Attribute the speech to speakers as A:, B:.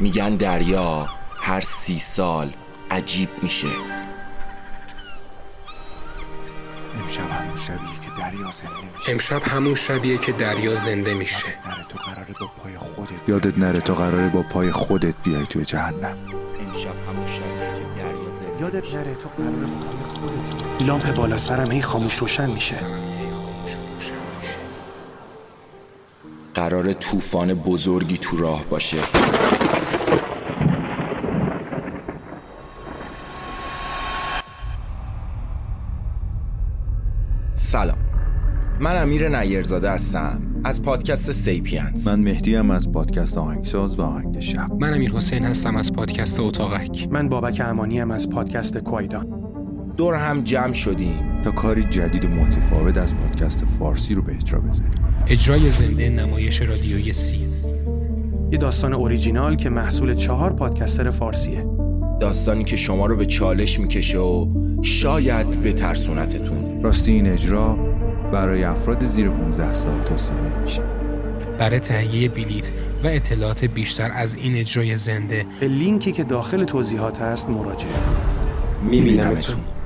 A: میگن دریا هر سی سال عجیب میشه
B: امشب همون شبیه که دریا زنده میشه
C: امشب همون شبیه که دریا زنده میشه
B: نره تو قراره با پای خودت یادت نره تو قراره با پای خودت بیای توی جهنم
A: امشب همون شبیه که دریا زنده
B: یادت نره تو قراره با پای خودت بیای.
D: لامپ بالا سرم هی خاموش روشن میشه
A: قرار طوفان بزرگی تو راه باشه سلام من امیر نیرزاده هستم از پادکست سیپینز
B: من مهدیم از پادکست آهنگساز و آهنگ شب
C: من امیر حسین هستم از پادکست اتاقک
D: من بابک امانی ام از پادکست کوایدان
A: دور هم جمع شدیم
B: تا کاری جدید و متفاوت از پادکست فارسی رو به اجرا بذاریم
C: اجرای زنده نمایش رادیویی سی
D: یه داستان اوریجینال که محصول چهار پادکستر فارسیه
A: داستانی که شما رو به چالش میکشه و شاید به ترسونتتون
B: راستی این اجرا برای افراد زیر 15 سال توصیه نمیشه
C: برای تهیه بلیت و اطلاعات بیشتر از این اجرای زنده
D: به لینکی که داخل توضیحات هست مراجعه کن.
A: میبینمتون